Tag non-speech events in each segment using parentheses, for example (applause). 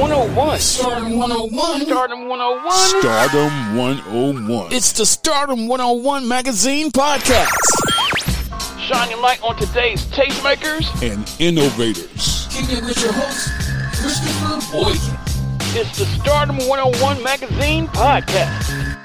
oh 101. Stardom 101. Stardom 101. Stardom 101. It's the Stardom 101 Magazine Podcast. Shining light on today's tastemakers. and innovators. Kicking it with your host, Christopher Boykin. It's the Stardom 101 Magazine Podcast.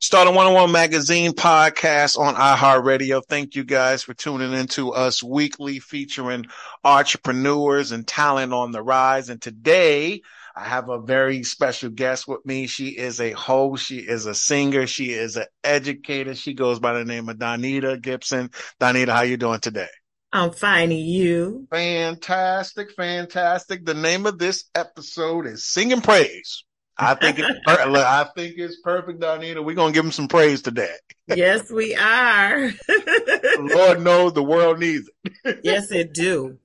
Starting 101 Magazine podcast on iHeartRadio. Thank you guys for tuning in to us weekly featuring entrepreneurs and talent on the rise. And today I have a very special guest with me. She is a host. She is a singer. She is an educator. She goes by the name of Donita Gibson. Donita, how you doing today? I'm finding you. Fantastic, fantastic. The name of this episode is Singing Praise. I think it's per- look, I think it's perfect, Donita. We're gonna give them some praise today. Yes, we (laughs) are. Lord knows the world needs it. yes, it do.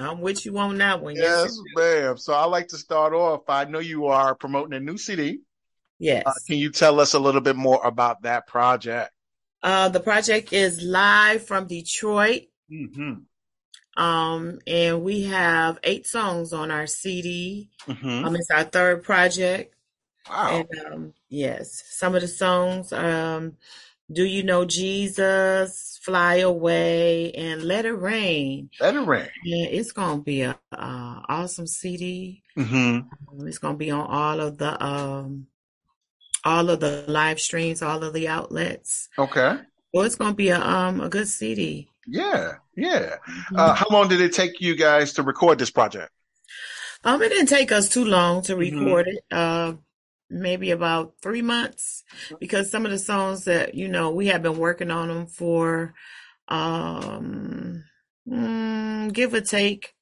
I'm with you on that one. Yes, ma'am. So I like to start off. I know you are promoting a new CD. Yes. Uh, can you tell us a little bit more about that project? Uh, the project is live from Detroit. Mm-hmm. Um, and we have eight songs on our CD. Mm-hmm. Um, it's our third project. Wow. And um, yes, some of the songs, um, Do You Know Jesus, Fly Away, and Let It Rain. Let it ring. Yeah, it's gonna be a uh, awesome CD. Mm-hmm. Um, It's gonna be on all of the um all of the live streams, all of the outlets. Okay. Well, it's gonna be a um a good CD. Yeah. Yeah. Mm-hmm. Uh, how long did it take you guys to record this project? um, it didn't take us too long to Mhm. record it. Uh, maybe about three months because some of the songs that you know we have been working on them for um mm, give or take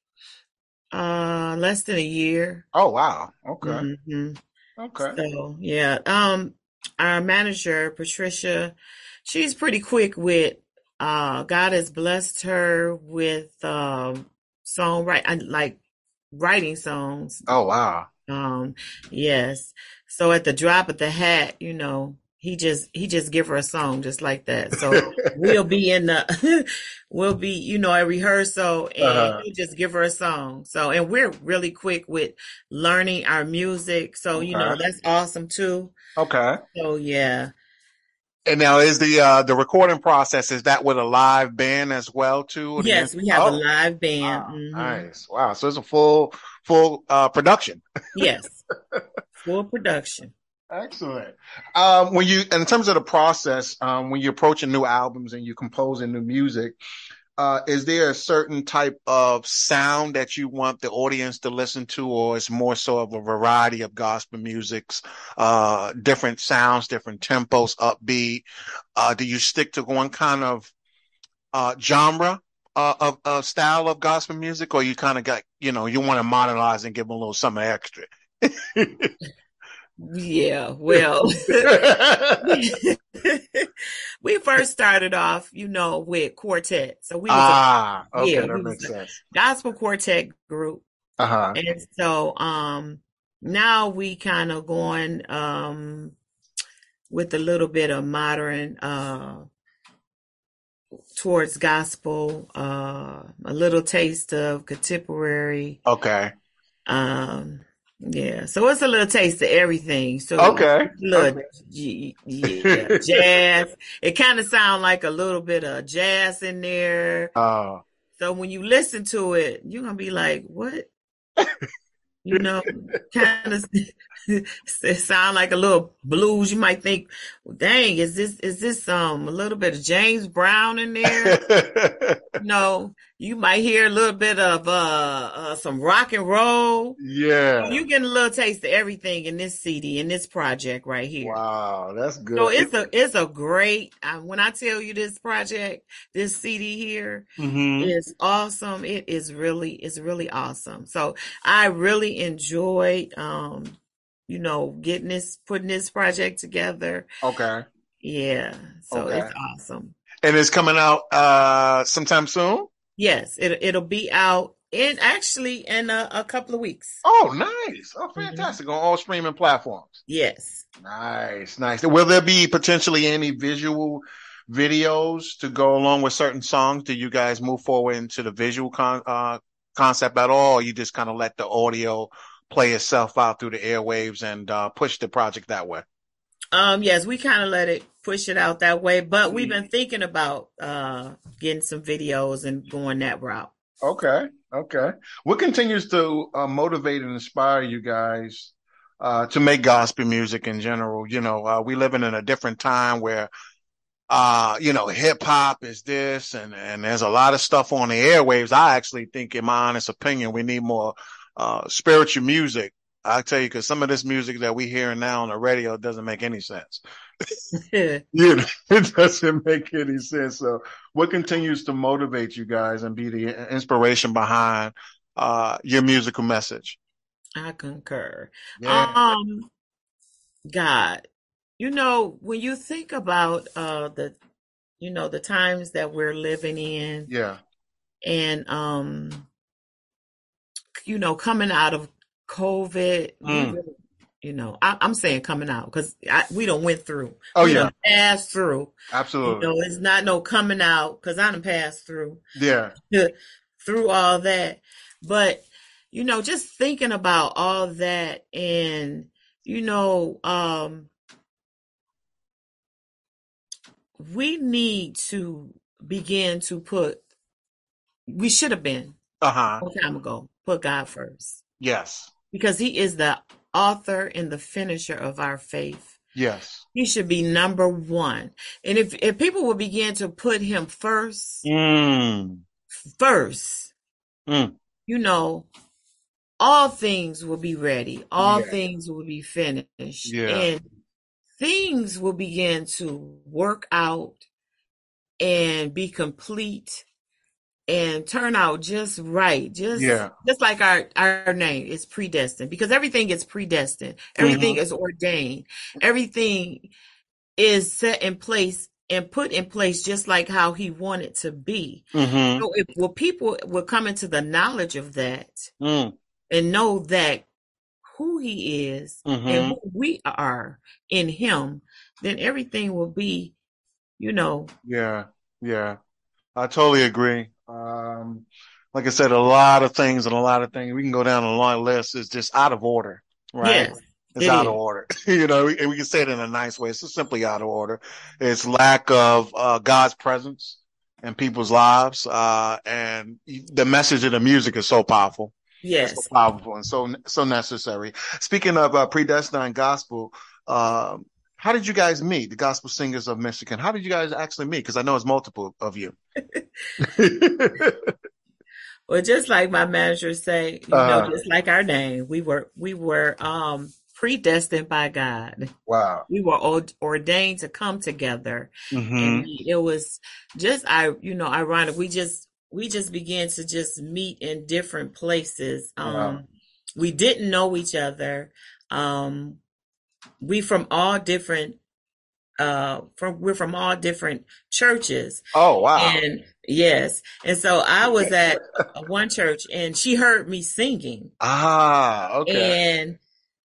uh less than a year. Oh wow. Okay. Mhm. Okay. So yeah, um, our manager Patricia, she's pretty quick with. Uh, God has blessed her with um songwriting, and, like writing songs. Oh wow. Um, yes. So at the drop of the hat, you know, he just he just give her a song just like that. So we'll be in the (laughs) we'll be you know at rehearsal (laughs) and Uh-huh. he'll just give her a song. So and we're really quick with learning our music. So you know Okay. that's awesome too. Okay. So yeah. And now is the uh the recording process is that with a live band as well too? Yes, we have a Oh, live band. wow. Mhm. Nice. Wow. So it's a full full uh production. Yes. Full (laughs) production. Excellent. Um, when you, in terms of the process, um, when you're approaching new albums and you're composing new music, uh, is there a certain type of sound that you want the audience to listen to, or is more so of a variety of gospel musics, uh, different sounds, different tempos, upbeat? Uh, do you stick to one kind of uh, genre? Uh, of, of style of gospel music, or you kind of got, you know, you want to modernize and give them a little something extra. Yeah. Well. (laughs) we first started off, you know, with quartet. So we was Ah, okay, yeah, that we was makes sense. a gospel quartet group. Uh huh. And so um now we kind of going um with a little bit of modern uh towards gospel, uh a little taste of contemporary. Okay. Um yeah, so it's a little taste of everything. So Okay. Look, y- yeah, jazz. It kind of sound like a little bit of jazz in there. (laughs) Oh, (laughs) So when you listen to it, you're gonna be like, "What?" You know, kind of (laughs) it sound like a little blues. You might think, "Dang, is this is this um a little bit of James Brown in there?" (laughs) no, you might hear a little bit of uh, uh some rock and roll. yeah. You getting a little taste of everything in this CD in this project right here. Wow, that's good. So it's a it's a great. Uh, when I tell you this project, this CD here Mhm. is awesome. It is really it's really awesome. So I really enjoyed, um, you know, getting this putting this project together. Okay. Yeah, so Okay. it's awesome. And it's coming out uh sometime soon? Yes, it it'll be out in actually in a, a couple of weeks. Oh, nice. Mm-hmm. Oh, fantastic. On all streaming platforms. Yes. Nice, nice. Will there be potentially any visual videos to go along with certain songs? Do you guys move forward into the visual con- uh concept at all. You just kind of let the audio play itself out through the airwaves and uh, push the project that way. Um, yes, we kind of let it push it out that way, but we've Mm-hmm. been thinking about uh, getting some videos and going that route. (laughs) Okay. Okay. What continues to uh, motivate and inspire you guys uh, to make gospel music in general? You know, uh, we living in a different time where, uh, you know, hip hop is this and, and there's a lot of stuff on the airwaves. I actually think, in my honest opinion, we need more, uh, spiritual music. I tell you, cause some of this music that we hearing now on the radio doesn't make any sense. (laughs) You know, it doesn't make any sense. So what continues to motivate you guys and be the inspiration behind, uh, your musical message? I concur. Yeah. Um, God, you know, when you think about uh the, you know, the times that we're living in, yeah. and um, you know, coming out of COVID, we Mm. really- you know, I, I'm saying coming out because we don't went through. Oh, we yeah. done passed through. You Absolutely. know, it's not no coming out because I done passed through Yeah. through all that. But, you know, just thinking about all that and, you know, um, we need to begin to put, we should have been Uh huh. a long time ago, put God first Yes. because He is the author and the finisher of our faith. Yes. He should be number one. And if, if people will begin to put Him first, Mm-hmm. Mm. first, Mm. you know, all things will be ready, all Yeah. things will be finished, Yeah. and things will begin to work out and be complete and turn out just right just Yeah. just like our our name is predestined because everything is predestined everything Mm-hmm. is ordained everything is set in place and put in place just like how he wanted to be Mm-hmm. so if well people will come into the knowledge of that Mm. and know that who he is and Mm-hmm. who we are in him, then everything will be, you know, Yeah. Yeah. I totally agree. Um, like I said, a lot of things and a lot of things we can go down a long list is just out of order, right? yes, It's it out of is. order. (laughs) you know, and we can say it in a nice way. It's just simply out of order. It's lack of uh, God's presence in people's lives. Uh, and the message of the music is so powerful. It's so yes. powerful and so so necessary. Speaking of uh, predestined gospel, um, how did you guys meet the gospel singers of Michigan? How did you guys actually meet? Because I know it's multiple of (laughs) you. Well, just like my manager say, you know, Uh-huh. just like our name, we were we were um predestined by God. wow. We were ord- ordained to come together. hmm and it was just i you know ironic we just we just began to just meet in different places um Wow. we didn't know each other um we from all different uh from we're from all different churches Oh wow. and yes and so i was (laughs) at one church and she heard me singing Ah. Okay. and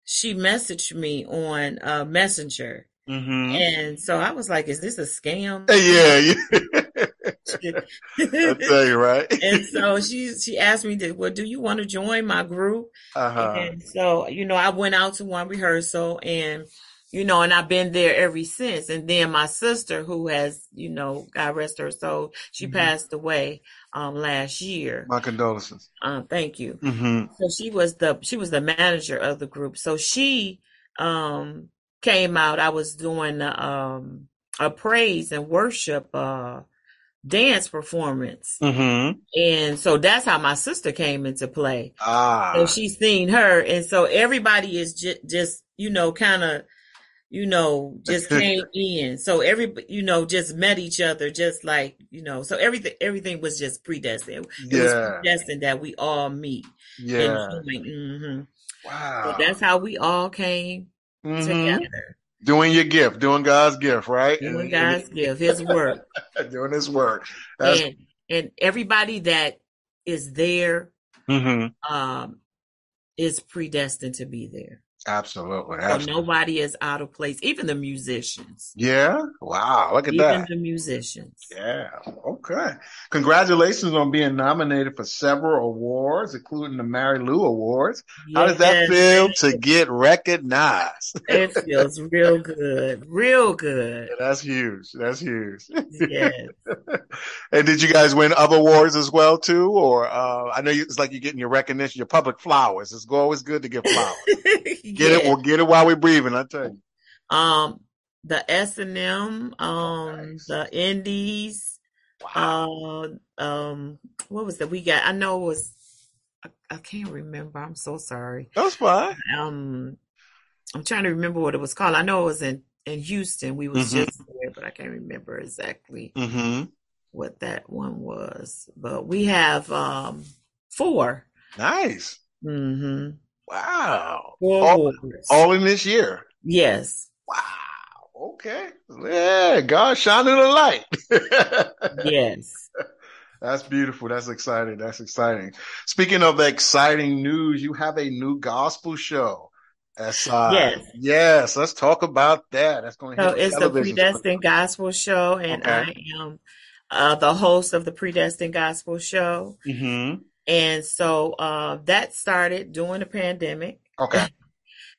she messaged me on uh messenger hmm and so i was like is this a (laughs) scam Yeah. yeah. I tell you right. (laughs) and so she she asked me, did- "Well, do you want to join my group?" Uh huh. And so you know, I went out to one rehearsal, and you know, and I've been there ever since. And then my sister, who has you know, God rest her soul, she Mhm. passed away um last year. My condolences. Um, thank you. hmm So she was the she was the manager of the group. So she um came out. I was doing um a praise and worship uh dance performance. hmm And so that's how my sister came into play. So Ah. she's seen her. And so everybody is ju- just, you know, kind of, you know, just came in. So every, you know, just met each other, just like, you know, so everything, everything was just predestined. It was Yeah. predestined that we all meet and Yeah. join. hmm So Wow. that's how we all came Mm-hmm. hmm together, doing your gift, doing God's gift, right? doing And, God's gift, His work. and (laughs) doing His work. That's And, and everybody that is there, hmm um, is predestined to be there. Absolutely. So absolutely. nobody is out of place, even the musicians. Yeah. Wow. Look at Even that. the musicians. Yeah. Okay. Congratulations on being nominated for several awards, including the Mary Lou Awards. How does that feel Yes. to get recognized? (laughs) It feels real good. Real good. That's huge. That's huge. Yes. And did you guys win other awards as well too? Or uh, I know you, it's like you're getting your recognition, your public flowers. It's always good to (laughs) (laughs) get flowers. Get it? Yes. We'll get it while we're breathing. I tell you. um the S and M, um Nice. the Indies, uh, um what was that we got? I know it was I, I can't remember. I'm so sorry. That's fine. Um I'm trying to remember what it was called. I know it was in in Houston. We was Mhm. just there, but I can't remember exactly Mm-hmm. what that one was. But we have um four. Nice. Mm-hmm. Wow. Four All- awards. All in this year. yes. Wow. Okay. Yeah. God shining a light. (laughs) Yes. That's beautiful. That's exciting. That's exciting. Speaking of exciting news, you have a new gospel show. That's uh, Yes. yes. Let's talk about that. That's going to So hit it's the television. Predestined Gospel Show, and I Okay. am uh, the host of the Predestined Gospel Show. Mm-hmm. And so uh, that started during the pandemic. (laughs) Okay.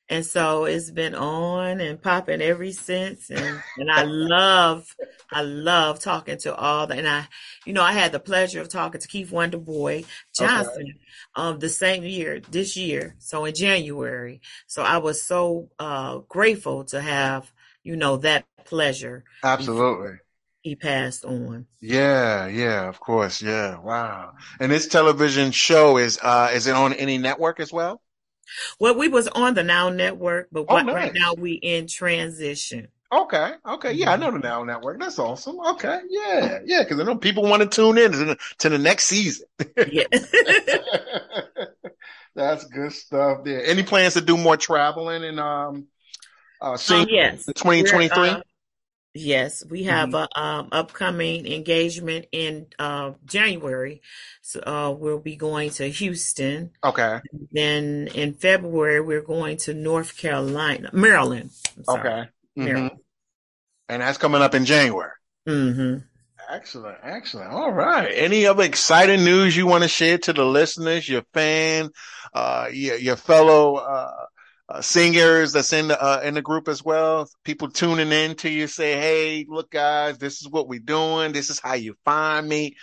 And so it's been on and popping ever since. And, and I love, I love talking to all the, and I, you know, I had the pleasure of talking to Keith Wonderboy Johnson um, the same year, this year. So in January. So I was so uh, grateful to have, you know, that pleasure. Absolutely. He passed on. Yeah. Yeah. Of course. Yeah. Wow. And this television show is uh, is it on any network as well? Well, we was on the Now Network, but Oh, what, right nice. now we (laughs) in transition. Okay. Okay. Yeah, I know the Now Network. That's awesome. Okay. Yeah. Yeah. Because I know people want to tune in to the, to the next season. (laughs) Yeah. That's good stuff there. Any plans to do more traveling in um uh Um, sing (laughs) yes. twenty twenty Mm-hmm. three? We're, uh, Yes, we have a um, upcoming engagement in uh, January. So uh, we'll be going to Houston. Okay. Then in February, we're going to North Carolina, Maryland. I'm sorry, Okay. Mhm. Maryland. And that's coming up in January. Mm-hmm. Excellent, excellent. All right. Any other exciting news you want to share to the listeners, your fan, uh, your, your fellow uh, uh, singers that's in the uh, in the group as well? People tuning in to you, say, "Hey, look, guys, this is what we're doing. This is how you find me,"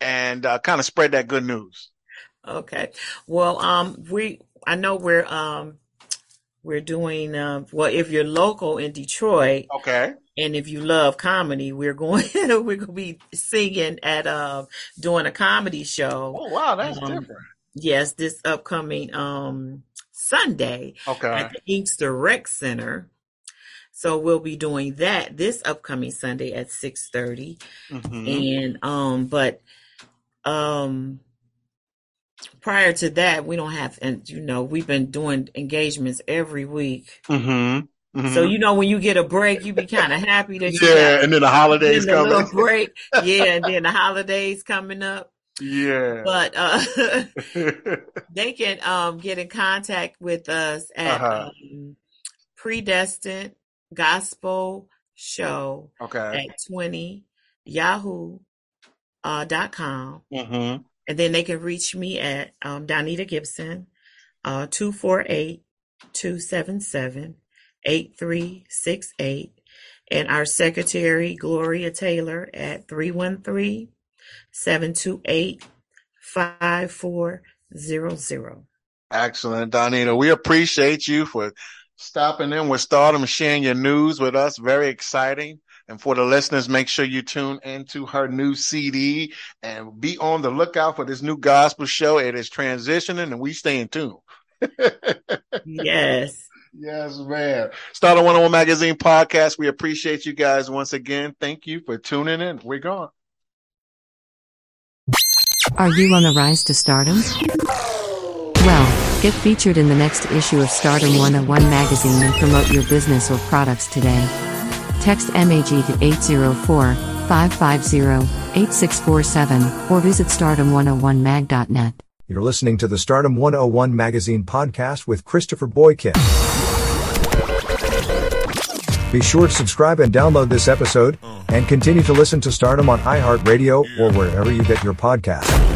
and uh, kind of spread that good news. Okay. Well, um, we I know we're um we're doing um well if you're local in Detroit Okay. and if you love comedy, we're going (laughs) we're gonna be singing at uh doing a comedy show. Oh wow, that's Um, different. Yes, this upcoming um Sunday Okay. at the Inkster Rec Center. So we'll be doing that this upcoming Sunday at 6:30 Mhm. and um but um prior to that we don't have and you know we've been doing engagements every week. Mhm. Mhm. So you know when you get a break you be kind of happy that you yeah, got and then the (laughs) holidays a coming. little break. Yeah, and then the holidays coming up. (laughs) Yeah. But uh (laughs) they can um, get in contact with us at Uh-huh. um, predestined gospel show (laughs) okay. at 20 yahoo uh, dot com Mhm. and then they can reach me at um, donita gibson uh, 248-277-8368 and our secretary gloria taylor at 313 728 5400 Excellent, Donita. We appreciate you for stopping in with Stardom, sharing your news with us. Very exciting. And for the listeners, make sure you tune into her new CD and be on the lookout for this new gospel show. It is transitioning and we stay in tune. Yes. Yes, man. Stardom 101 Magazine podcast. We appreciate you guys once again. Thank you for tuning in. We're gone. Are you on the rise to stardom? Well, get featured in the next issue of Stardom 101 magazine and promote your business or products today. Text MAG to 804 550 8647 or visit stardom101mag.net. You're listening to the Stardom 101 Magazine podcast with Christopher Boykin. Be sure to subscribe and download this episode, and continue to listen to Stardom on iHeartRadio or wherever you get your podcasts.